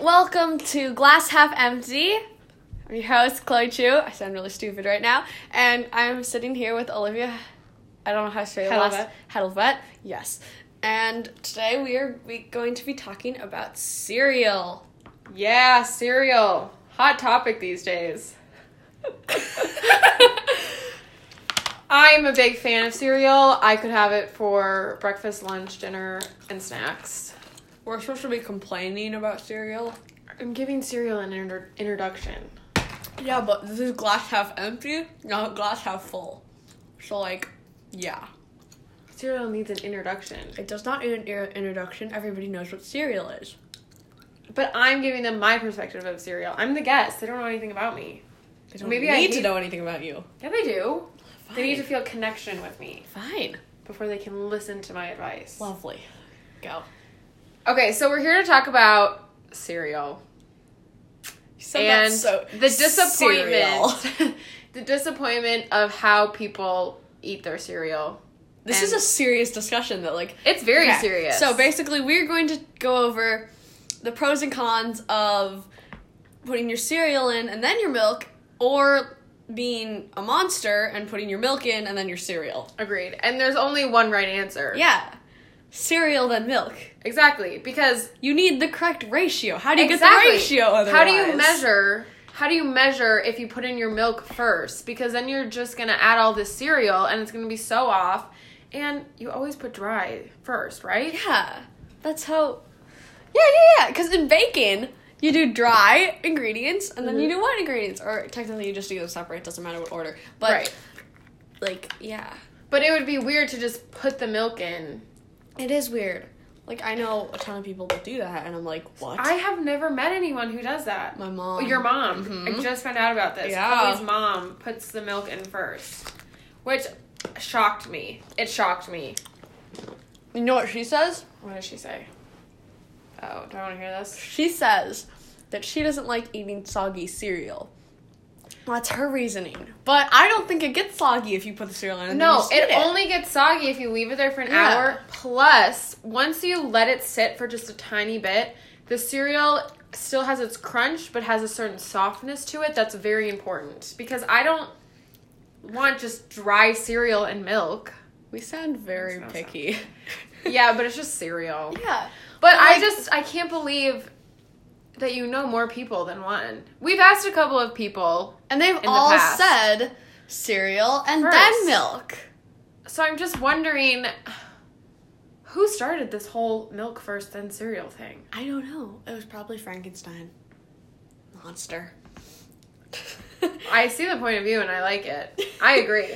Welcome to Glass Half Empty. I'm your host, Chloe Chu. I sound really stupid right now. And I'm sitting here with Olivia. I don't know how to say her last Hedelvet. Yes. And today we are we going to be talking about cereal. Yeah, cereal. Hot topic these days. I'm a big fan of cereal. I could have it for breakfast, lunch, dinner, and snacks. We're supposed to be complaining about cereal. I'm giving cereal an inter- introduction. Yeah, but this is glass half empty, not glass half full. So like, yeah. Cereal needs an introduction. It does not need an ir- introduction. Everybody knows what cereal is. But I'm giving them my perspective of cereal. I'm the guest. They don't know anything about me. They don't Maybe need I to need- know anything about you. Yeah, they do. They need to Fine. feel connection with me Fine. before they can listen to my advice. Lovely. Go. Okay, so we're here to talk about cereal. and the disappointment the disappointment of how people eat their cereal This is and- a serious discussion that like it's very Okay, serious So basically, we're going to go over the pros and cons of putting your cereal in and then your milk, or being a monster and putting your milk in and then your cereal. agreed and there's only one right answer Yeah, cereal then milk. exactly because You need the correct ratio. How do you get exactly the ratio? Otherwise? how do you measure how do you measure if you put in your milk first because then you're just gonna add all this cereal and it's gonna be so off and you always put dry first right Yeah, that's how. Yeah, yeah, yeah. Because in baking, you do dry ingredients and then you Mm-hmm. do wet ingredients, or technically you just do them separate. Doesn't matter what order. But right like, yeah, but it would be weird to just put the milk in it is weird. Like I know a ton of people that do that, and I'm like, what? I have never met anyone who does that. My mom. Mm-hmm. Your mom. I just found out about this. Yeah. Chloe's mom puts the milk in first, which shocked me. It shocked me. you know what she says? What did she say? Oh, do I want to hear this? She says that she doesn't like eating soggy cereal. That's her reasoning. But I don't think it gets soggy if you put the cereal in. and then you No, just it eat only gets soggy if you leave it there for an Yeah. hour. Plus, once you let it sit for just a tiny bit, the cereal still has its crunch but has a certain softness to it that's very important because I don't want just dry cereal and milk. We sound very That's not picky. Yeah, but it's just cereal. yeah. But I Like- just I can't believe that you know more people than one. We've asked a couple of people, And they've the all past. said cereal and First. then milk. so I'm just wondering who started this whole milk first then cereal thing. I don't know. It was probably Frankenstein. Monster. I see the point of view and I like it. I agree.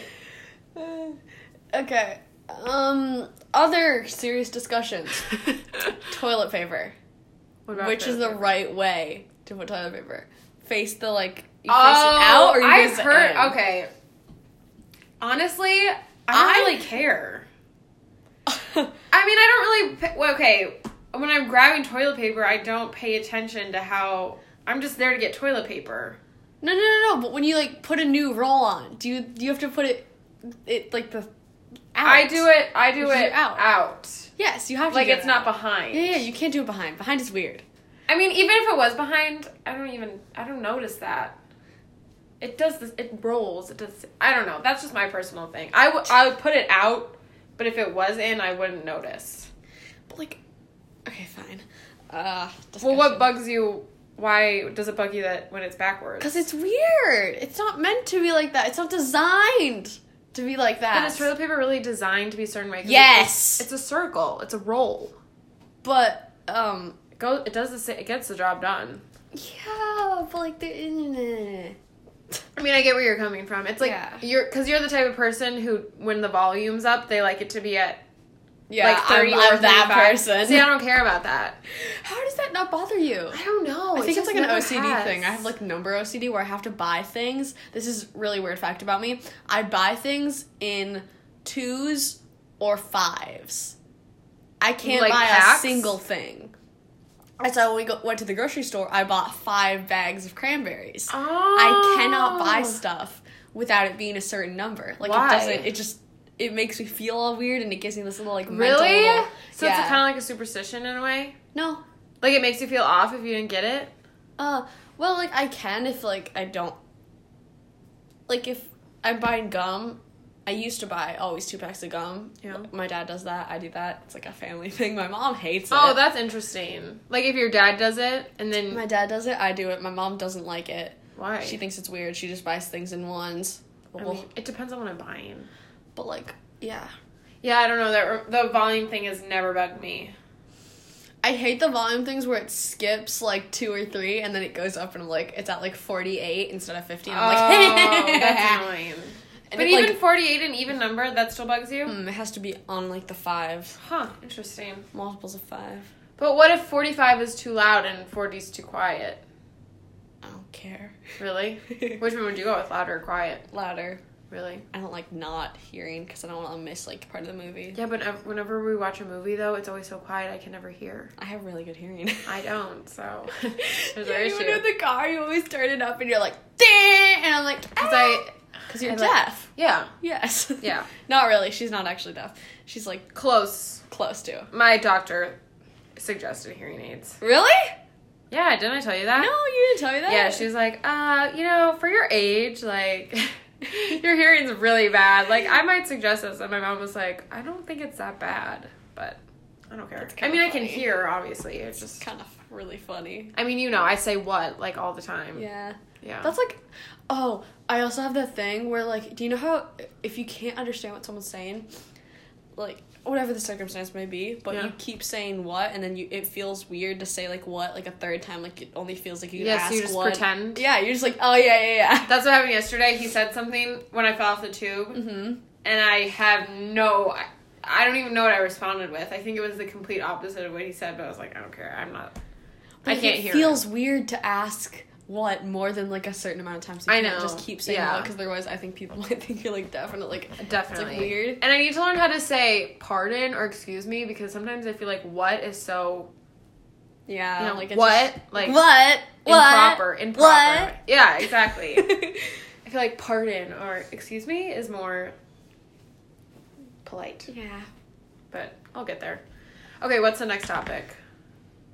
okay. Um other serious discussions. toilet paper. What about Which is the paper? right way to put toilet paper? Face the like you face oh, it out or you I've face heard it in? okay. Honestly, I don't I- really care. I mean, I don't really. pa- well, Okay, when I'm grabbing toilet paper, I don't pay attention to how. I'm just there to get toilet paper. no, no, no, no. But when you like put a new roll on, do you do you have to put it it like the out? I do it. I do You're it out. out. Yes, you have to. Like do it's that. not behind. Yeah, yeah, you can't do it behind. Behind is weird. I mean, even if it was behind, I don't even. I don't notice that. It does this. It rolls. It does. I don't know. That's just my personal thing. I would. I would put it out, but if it was in, I wouldn't notice. But like, okay, fine. Uh, Well, what bugs you? Why does it bug you that when it's backwards? Because it's weird. It's not meant to be like that. It's not designed to be like that. But is toilet paper really designed to be a certain way? 'Cause it's Yes. a- It's a, circle. It's a roll. but um, It goes. It does the. sa- It gets the job done. yeah, but like eh, the. I mean, I get where you're coming from. It's like Yeah. you're because you're the type of person who, when the volume's up, they like it to be at Yeah, like 30 I'm, or I'm that 35. person. See, I don't care about that. How does that not bother you? I don't know. I think it's like an OCD thing. I have like number OCD where I have to buy things. This is really weird fact about me. I buy things in twos or fives. I can't Like buy packs? a single thing. And so when we go, went to the grocery store, I bought five bags of cranberries. Oh. I cannot buy stuff without it being a certain number. Like Why? it doesn't. It just it makes me feel all weird and it gives me this little like mental Really? little- So it's kind of like a superstition in a way. no, Like it makes you feel off if you didn't get it. Uh, well, like I can if like I don't. Like if I'm buying gum, I used to buy always two packs of gum. Yeah. My dad does that. I do that. It's like a family thing. My mom hates it. Oh, that's interesting. Like if your dad does it and then My dad does it. I do it. My mom doesn't like it. why? She thinks it's weird. She just buys things in ones. I But, mean, it depends on what I'm buying. but like, yeah. Yeah, I don't know. That the volume thing has never bugged me. I hate the volume things where it skips like two or three and then it goes up and I'm like it's at like forty eight instead of fifty. And I'm like, oh, that's annoying. And but it, even like, 48 an even number that still bugs you? mm, it has to be on like the five Huh, interesting. multiples of five. But what if 45 is too loud and 40 is too quiet? I don't care. Really? Which one would you go with, loud or quiet? Louder. Really? I don't like not hearing because I don't want to miss like part of the movie. Yeah, but ev- whenever we watch a movie though, it's always so quiet I can never hear. I have really good hearing. I don't, so There's our yeah, issue. even in the car, you always turn it up and you're like, "Dang!" and I'm like, because "Ah." I 'Cause you're I like- deaf. yeah yes. yeah not really. She's not actually deaf. She's like close. close to. My doctor suggested hearing aids. Really? Yeah, didn't I tell you that? No, you didn't tell me that. Yeah, she was like, uh, you know, for your age, like, your hearing's really bad. Like, I might suggest this. And my mom was like, I don't think it's that bad, but I don't care. I kinda mean, I can funny. hear, obviously. It's just, kind of really funny. I mean, you know, I say what, like, all the time. Yeah. Yeah. That's like, oh, I also have that thing where, like, do you know how if you can't understand what someone's saying, like, whatever the circumstance may be, but Yeah. you keep saying what, and then you it feels weird to say, like, what, like, a third time, like, it only feels like you Yeah, so ask you just what. pretend? Yeah, you're just like, oh, yeah, yeah, yeah. That's what happened yesterday. He said something when I fell off the tube, Mm-hmm. and I have no. I, I don't even know what I responded with. I think it was the complete opposite of what he said, but I was like, I don't care. I'm not. I can't it hear. feels weird to ask what more than, like, a certain amount of times. So you I can't know. just keep saying Yeah. what, because otherwise I think people might think you're, like, definitely, like, Definitely. weird. And I need to learn how to say pardon or excuse me because sometimes I feel like what is so yeah. you know, like, it's what? just- like what? improper. Improper. What? Yeah, exactly. What? I feel like pardon or excuse me is more polite. yeah. But I'll get there. Okay, what's the next topic?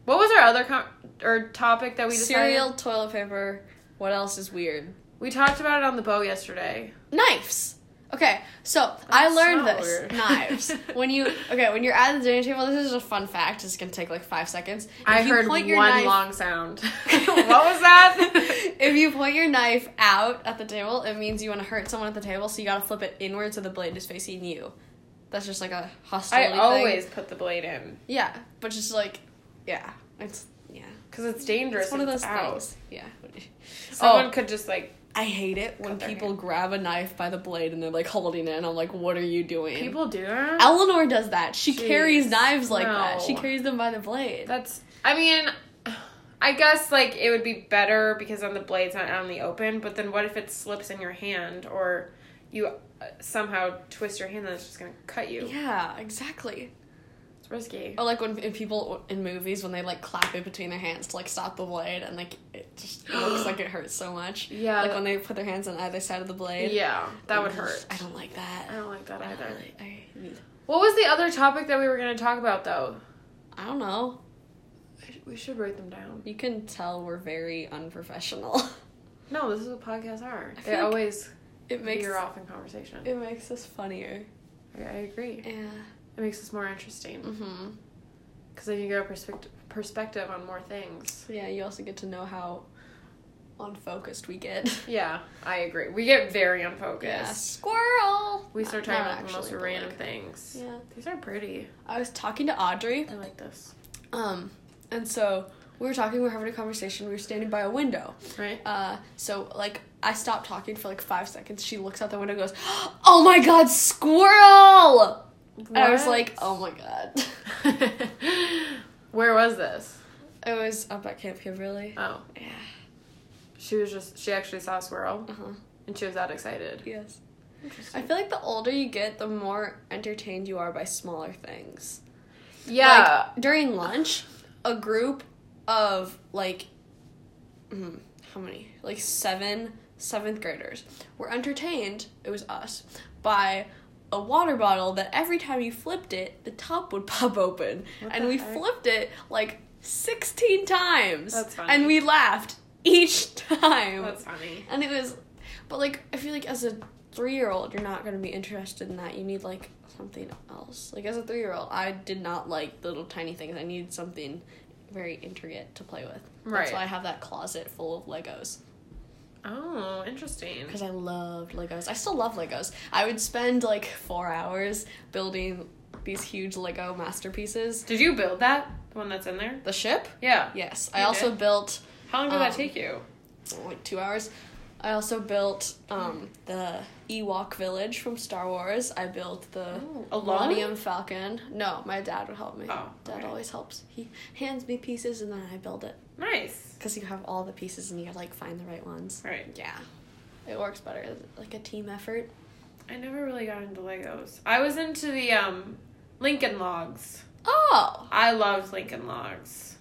What was our other com- or topic that we decided? Cereal, toilet paper. What else is weird? We talked about it on the bow yesterday. Knives. Okay, so I learned not this weird. knives. when you okay, when you're at the dinner table, this is a fun fact. It's gonna take like five seconds. If I you heard point one your knife- long sound. what was that? if you point your knife out at the table, it means you want to hurt someone at the table, so you gotta flip it inward so the blade is facing you. That's just like a I hostility thing. always put the blade in yeah, but just like yeah, it's yeah, because it's dangerous. it's one of and those out. things. Yeah. Someone Oh. could just like I hate it when Cut their people grab a knife by the blade and they're like holding it, and I'm like, what are you doing? people do that. Eleanor does that. She Jeez. carries knives like that. No. She carries them by the blade. That's. I mean, I guess like it would be better because then the blade's not out in the open. But then what if it slips in your hand or you uh, somehow twist your hand? Then it's just gonna cut you. yeah, Oh, exactly. It's risky. Or like when in people in movies when they like clap it between their hands to like stop the blade and like it just looks like it hurts so much. Yeah, Like that- when they put their hands on either side of the blade. Yeah, that would Ugh, hurt. I don't like that. I don't like that I don't either. really- I, What was the other topic that we were gonna talk about though? I don't know. We should write them down. You can tell we're very unprofessional. No, this is what podcasts are. I feel They like always it makes veer off in conversation. it makes us funnier. I I agree. Yeah. It makes us more interesting Mm-hmm. because then you get a perspective perspective on more things. Yeah, you also get to know how unfocused we get. Yeah, I agree. We get very unfocused. Yeah. Squirrel. We start Not- talking not about the most actually, but, random like- things. Yeah. These are pretty. I was talking to Audrey, I like this. um, and so we were talking, we were having a conversation, we were standing by a window. Right? Uh, so like I stopped talking for like five seconds. She looks out the window, and goes, "Oh my god, squirrel!" And I was like, "Oh my god." Where was this? it was up at Camp Kimberly. Oh, Yeah. she was just, she actually saw a squirrel Uh huh. and she was that excited. Yes. I Interesting. feel like the older you get, the more entertained you are by smaller things. Yeah. Like, during lunch, a group of like, mm, how many? Like seven seventh graders were entertained. It was us by a water bottle that every time you flipped it, the top would pop open, What and the we heck? flipped it like 16 times. That's funny. And we laughed each time. Oh, That's funny. and it was, but like, I feel like as a three year old, you're not going to be interested in that. You need like something else. Like, as a three year old, I did not like the little tiny things. I needed something very intricate to play with. Right. That's why I have that closet full of Legos. Oh, interesting. Because I loved Legos. I still love Legos. I would spend like four hours building these huge Lego masterpieces. Did you build that? The one that's in there? The ship? Yeah. Yes. I You also did? built How long did that Um, take you? like two hours. I also built Hmm. um, the Ewok village from Star Wars. I built the Oh, alone? Millennium Falcon. No, my dad would help me. Oh, dad okay. always helps. He hands me pieces and then I build it. Nice. Because you have all the pieces and you like find the right ones. Right. Yeah. It works better. Like a team effort. I never really got into Legos. I was into the um Lincoln Logs. Oh! I loved Lincoln Logs.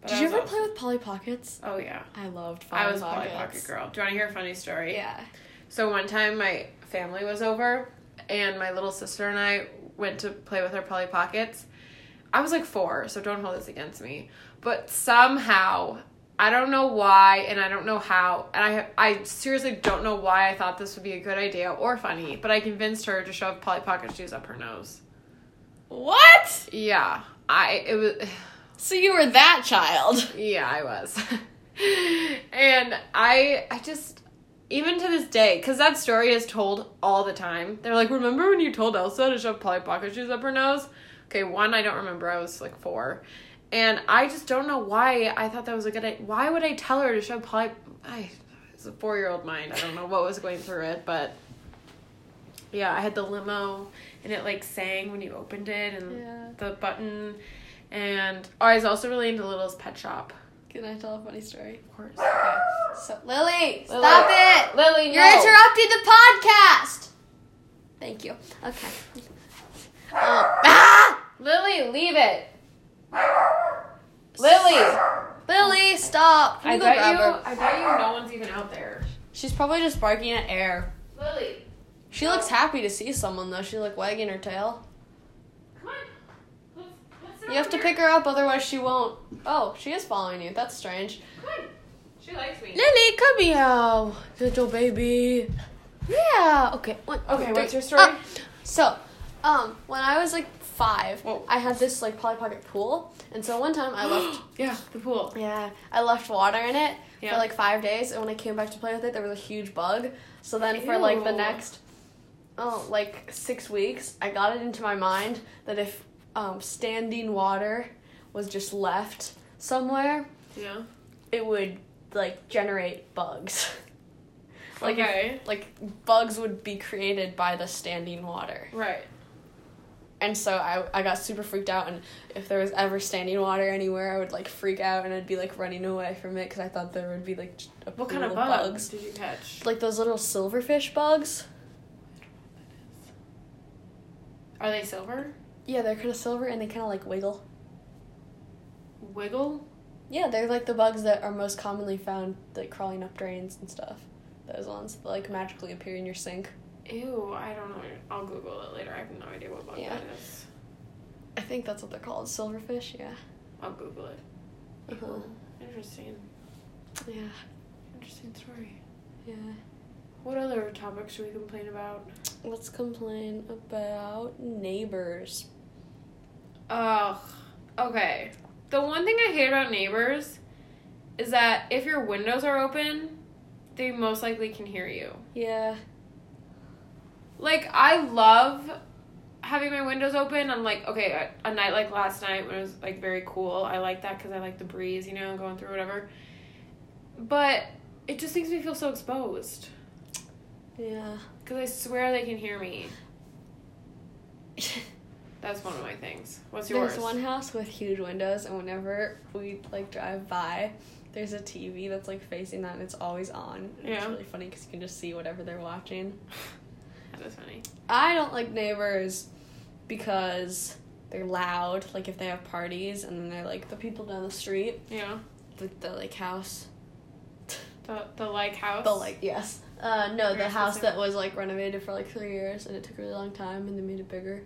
But Did I you was ever also- play with Polly Pockets? Oh yeah. I loved Polly I was a Polly Pockets. Pocket girl. Do you want to hear a funny story? Yeah. So one time my family was over and my little sister and I went to play with our Polly Pockets. I was like four, so don't hold this against me. But somehow, I don't know why and I don't know how, and I I seriously don't know why I thought this would be a good idea or funny, but I convinced her to shove Polly Pocket shoes up her nose. What? Yeah. I it was So you were that child. Yeah, I was. and I I just even to this day, because that story is told all the time. They're like, remember when you told Elsa to shove Polly Pocket shoes up her nose? Okay, one I don't remember. I was like four, and I just don't know why I thought that was a good. i- Why would I tell her to shove Polly? I it's a four year old mind. I don't know what was going through it, but yeah, I had the limo, and it like sang when you opened it, and Yeah. the button, and oh, I was also really into Little's Pet Shop. Can I tell a funny story? Of course. So Lily, stop it! Lily, You're no. interrupting the podcast. Thank you. Okay. Uh, Lily, leave it. Lily, Lily, stop. Can I you go bet grab you. her? I bet you no one's even out there. She's probably just barking at air. Lily, She looks happy to see someone though. She's like wagging her tail. come on. Let's, let's sit You have over to here. pick her up, otherwise she won't. Oh, she is following you. That's strange. Come on. She likes me. Lily, come here, little baby. Yeah. Okay. One, Okay, two, what's three. your story? Ah, so, um, when I was like five, Whoa. I had this like Polly Pocket pool, and so one time I left. yeah, the pool. yeah, I left water in it Yeah. for like five days, and when I came back to play with it, there was a huge bug. So then for like the Ew. next, oh, like six weeks, I got it into my mind that if um, standing water was just left somewhere, Yeah. it would like generate bugs. like if- okay. like bugs would be created by the standing water. right. And so I I got super freaked out and if there was ever standing water anywhere, I would like freak out and I'd be like running away from it cuz I thought there would be like just a What pool kind of bugs did you catch? Like those little silverfish bugs. Are they silver? Yeah, they're kind of silver and they kind of like wiggle. Wiggle? Yeah, they're like the bugs that are most commonly found like crawling up drains and stuff. Those ones that like magically appear in your sink. Ew, I don't know. I'll Google it later. I have no idea what bug Yeah. that is. I think that's what they're called, silverfish, yeah. I'll Google it. Uh-huh. Interesting. Yeah. Interesting story. Yeah. What other topics should we complain about? Let's complain about neighbors. Ugh. Okay. The one thing I hate about neighbors is that if your windows are open, they most likely can hear you. Yeah. Like, I love having my windows open. I'm like, okay, a, a night like last night when it was like very cool, I like that because I like the breeze, you know, going through whatever. But it just makes me feel so exposed Yeah. because I swear they can hear me. That's one of my things. What's yours? there's one house with huge windows, and whenever we like drive by, there's a TV that's like facing that, and it's always on. And It's Yeah. really funny because you can just see whatever they're watching. That is funny. I don't like neighbors because they're loud. Like if they have parties, and then they're like the people down the street, Yeah. the, the like house, The, the like house. the like yes. Uh, no, the Yes, house yes, yes. that was like renovated for like three years and it took a really long time and they made it bigger.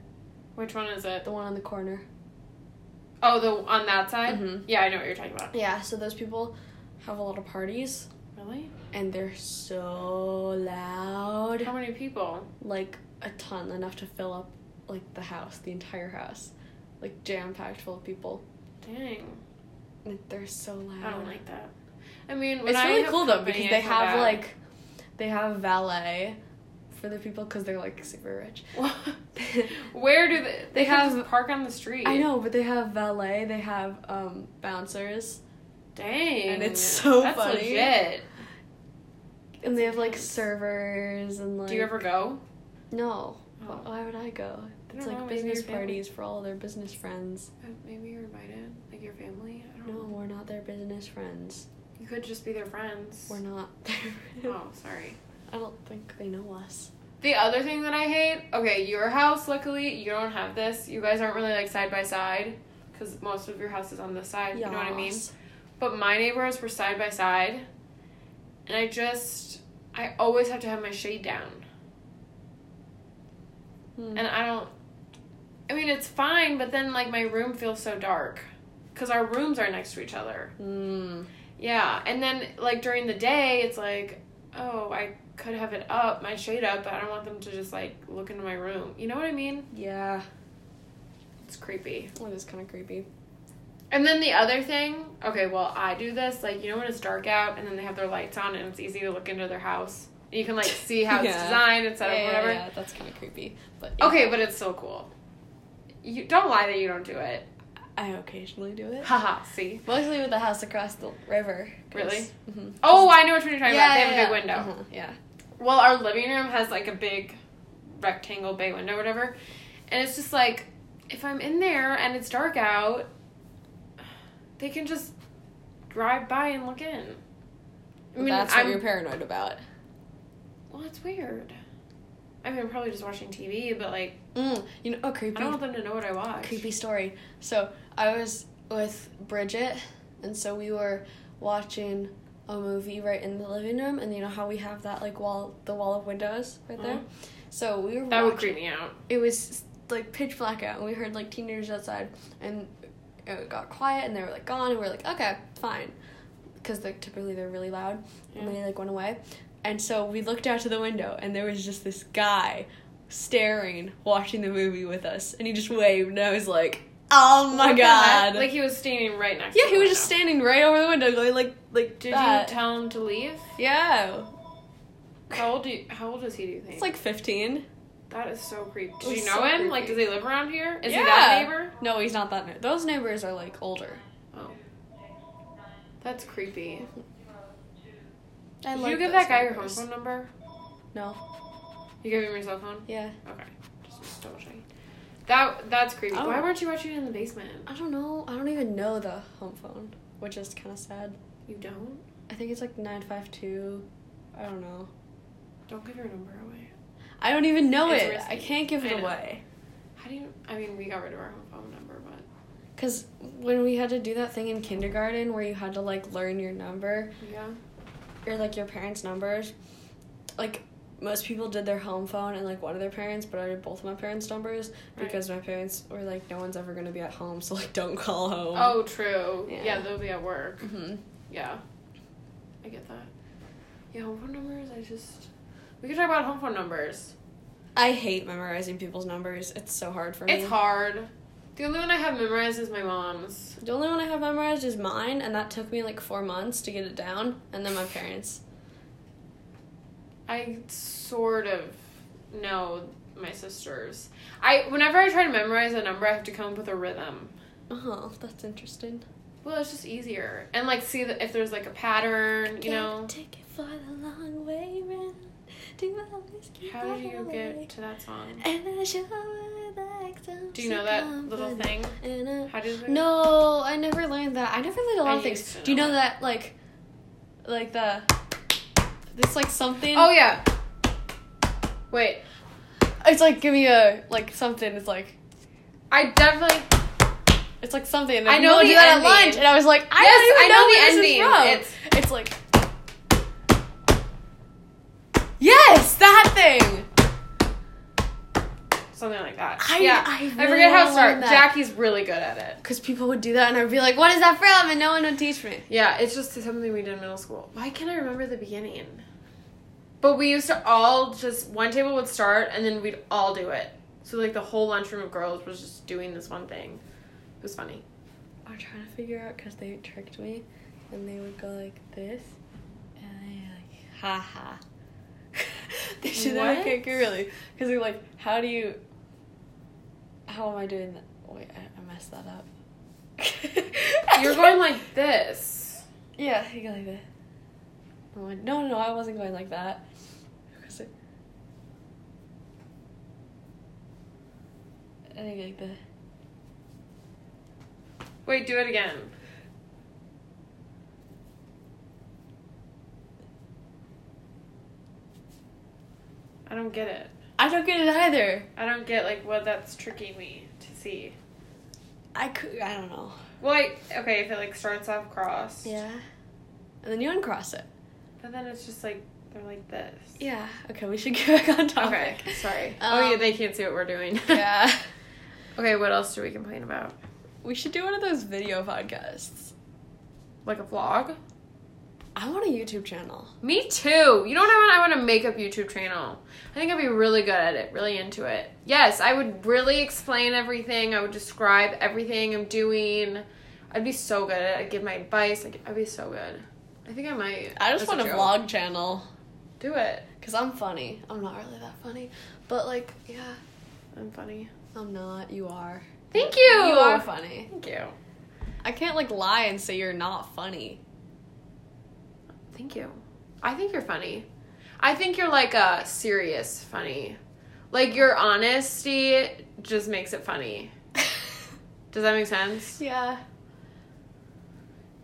Which one is it? The one on the corner. Oh, the on that side. Mhm. Yeah, I know what you're talking about. Yeah, so those people have a lot of parties Really? and they're so loud. How many people? like a ton, enough to fill up like the house, the entire house, like jam packed full of people. Dang, Like, they're so loud. I don't like that. I mean, Oh when Mm. It's I really have cool though company, because I they feel have bad. like, they have valet for the people because they're like super rich. Where do they? They, They could have- just park on the street. I know, but they have valet. They have um bouncers, Dang, And it's so That's funny. legit. and they have like Nice. servers and like. Do you ever go? No. Oh. Why would I go? They It's don't like know, isn't your business family- parties for all their business friends. Uh, Maybe you're invited, like your family. I don't No, know. we're not their business friends. You could just be their friends. We're not. Their Oh, sorry. I don't think they know us. The other thing that I hate, okay, your house, luckily, you don't have this. You guys aren't really like side by side because most of your house is on this side. You know what I mean? Yas. But my neighbors were side by side. And I just, I always have to have my shade down. Hmm. And I don't, I mean, it's fine, but then like my room feels so dark because our rooms are next to each other. Mm. Yeah. And then like during the day, it's like, oh, I could have it up, my shade up, but I don't want them to just like look into my room. You know what I mean? Yeah, It's creepy. it is kind of creepy. And then the other thing, okay, well, I do this, like, you know, when it's dark out and then they have their lights on and it's easy to look into their house. And you can, like, see how it's Yeah. designed and set up, whatever. that's kind of creepy. But Okay, but it's still cool. You Don't lie that you don't do it. I occasionally do it. Haha, see? Mostly with the house across the river. 'cause- Really? Mhm. Oh, I know what you're talking about. They have yeah, a big yeah. window. Uh-huh, Yeah. Well, our living room has, like, a big rectangle bay window, whatever. And it's just like, if I'm in there and it's dark out, they can just drive by and look in. I mean, that's what I'm you're paranoid about. Well, that's weird. I mean, I'm probably just watching TV, but like, Mm, you know, oh, I creepy, don't want them to know what I watch. creepy story. So I was with Bridget, and so we were watching a movie right in the living room, and you know how we have that like wall, the wall of windows right there. Mhm. So we were That would watching- creep me out. it was like pitch black out and we heard like teenagers outside and it got quiet and they were like gone and we were like okay fine because they're typically they're really loud and they like went away and so we looked out to the window and there was just this guy staring watching the movie with us and he just waved and i was like oh my What the god heck? Like he was standing right next. yeah to he the was just window. standing right over the window going like like Did that. you tell him to leave? yeah How old do you, How old is he? Do you think? it's like 15 that is so creepy. It Do was you know so him? Like, does creepy. he live around here? Is he that Yeah. neighbor? no he's not that new those neighbors are like older Oh, that's creepy. I Did like you give those that guy neighbors. your home phone number? no You gave him your cell phone? yeah Okay, just double checking. That that's creepy. Oh. Why weren't you watching it in the basement? I don't know. I don't even know the home phone, which is kind of sad. You don't. I think it's like 952. I don't know. Don't give your number away. I don't even know It's it. risky. I can't give I it know. away. How do you? I mean, we got rid of our home phone number, but Because when we had to do that thing in kindergarten where you had to like learn your number yeah, or like your parents' numbers, like most people did their home phone and like one of their parents, but I did both of my parents' numbers Right. because my parents were like, no one's ever going to be at home, so like don't call home. Oh, true. Yeah. Yeah. they'll be at work. hmm Yeah, I get that. Yeah, home phone numbers. I just we could talk about home phone numbers. I hate memorizing people's numbers. It's so hard for me. It's hard. The only one I have memorized is my mom's. The only one I have memorized is mine, and that took me like four months to get it down, and then my parents. I sort of know my sister's. I whenever I try to memorize a number, I have to come up with a rhythm. Oh, that's interesting. Well, it's just easier and like see that if there's like a pattern, you know. Take it for the long way round. Do I always keep How did you my way? get to that song? And I show her like some Do you know that little company. thing? And I- How did we? No, I never learned that. I never learned a lot I of things. used to Do you know know that like, like the, this like something? Oh yeah. Wait, It's like give me a like something. It's like I definitely. It's like something. And I I know know the you that ending. at lunch, and I was like, I Yes, I know the don't even know, where ending. this is from. It's, like, yes, that thing. something like that. I- yeah, I I, really forget how wanna to start. learn that. Jackie's really good at it. Because people would do that, and I'd be like, "What is that from?" And no one would teach me. Yeah, it's just something we did in middle school. Why can't I remember the beginning? But we used to all just one table would start and then we'd all do it. So like the whole lunchroom of girls was just doing this one thing. It was funny. I'm trying to figure out because they tricked me, and they would go like this, and they like ha ha. they should have What? kick you really because they're like, how do you? How am I doing that? Wait, I, I messed that up. You're going like this. yeah, you go like that. I'm like, no, no, I wasn't going like that. Was it- I think like that. Wait, do it again. I don't get it. I don't get it either. I don't get like what that's tricking me to see. I could. I don't know. Well, I, okay, if it like starts off cross. Yeah. And then you uncross it. But then it's just like they're like this. Yeah. Okay, we should get back on Okay. topic. Sorry. Um, oh yeah, they can't see what we're doing. yeah. okay. What else do we complain about? We should do one of those video podcasts. Like a vlog. I want a YouTube channel. Me too. You don't know what I want to make up YouTube channel. I think I'd be really good at it. Really into it. Yes, I would really explain everything. I would describe everything I'm doing. I'd be so good at it. I'd give my advice. I'd, I'd be so good. I think I might. I just as want a joke, vlog channel. Do it. Because I'm funny. I'm not really that funny. But, like, yeah, I'm funny. I'm not. You are. Thank you. You are funny. Thank you. I can't, like, lie and say you're not funny. Thank you. I think you're funny. I think you're like a serious funny. Like your honesty just makes it funny. Does that make sense? yeah.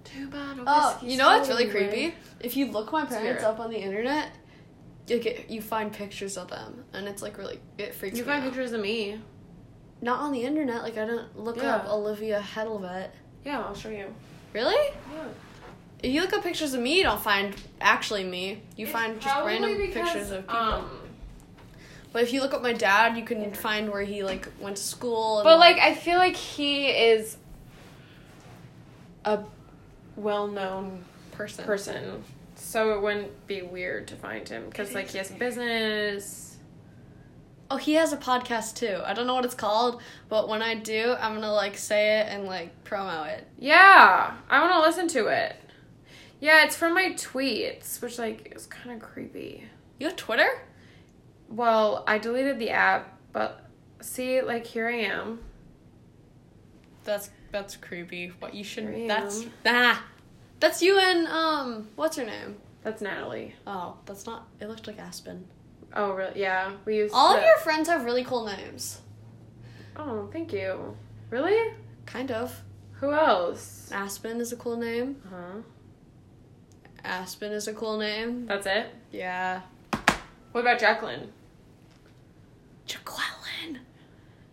Two bottle Oh, whiskey you know what's slowly really creepy? If you look my parents hear it. up on the internet, you get you find pictures of them, and it's like really it red. freaks You me out. got pictures of me. Not on the internet. Like I don't look Yeah. up Olivia Hedelvet. Yeah, I'll show you. Really? Yeah. If you look up pictures of me, you don't find actually me. You find just random pictures of people. um, but if you look up my dad, you can find where he like went to school. And, but like I feel like he is a well-known person. person. So it wouldn't be weird to find him cuz like he has business. Oh, he has a podcast too. I don't know what it's called, but when I do, I'm gonna like say it and like promo it. Yeah, I want to listen to it. Yeah, it's from my tweets, which like is kind of creepy. You have Twitter? Well, I deleted the app, but see, like here I am. That's that's creepy. What you shouldn't. Damn. That's ah, that's you and um, what's her name? That's Natalie. Oh, that's not. It looked like Aspen. Oh, really? Yeah, we used All to- of your friends have really cool names. Oh, thank you. Really? Kind of. Who else? Uh-huh. Aspen is a cool name. Huh? Aspen is a cool name. That's it. Yeah. What about Jacqueline? Jaqueline.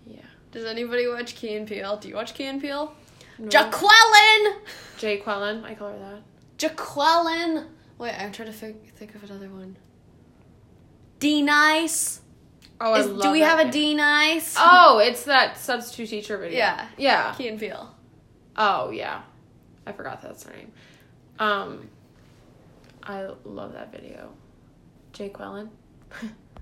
Yeah. Does anybody watch Key and Peele? Do you watch Key and Peele? No. Jaqueline. Jay Quellen. I call her that. Jaqueline. Wait, I'm trying to think, think of another one. D nice. Oh, Is- do we have a D nice? Oh, it's that substitute teacher video. Yeah. Yeah. Key and Peele. Oh yeah, I forgot that's her name. Um, I love that video. Jay Quellen.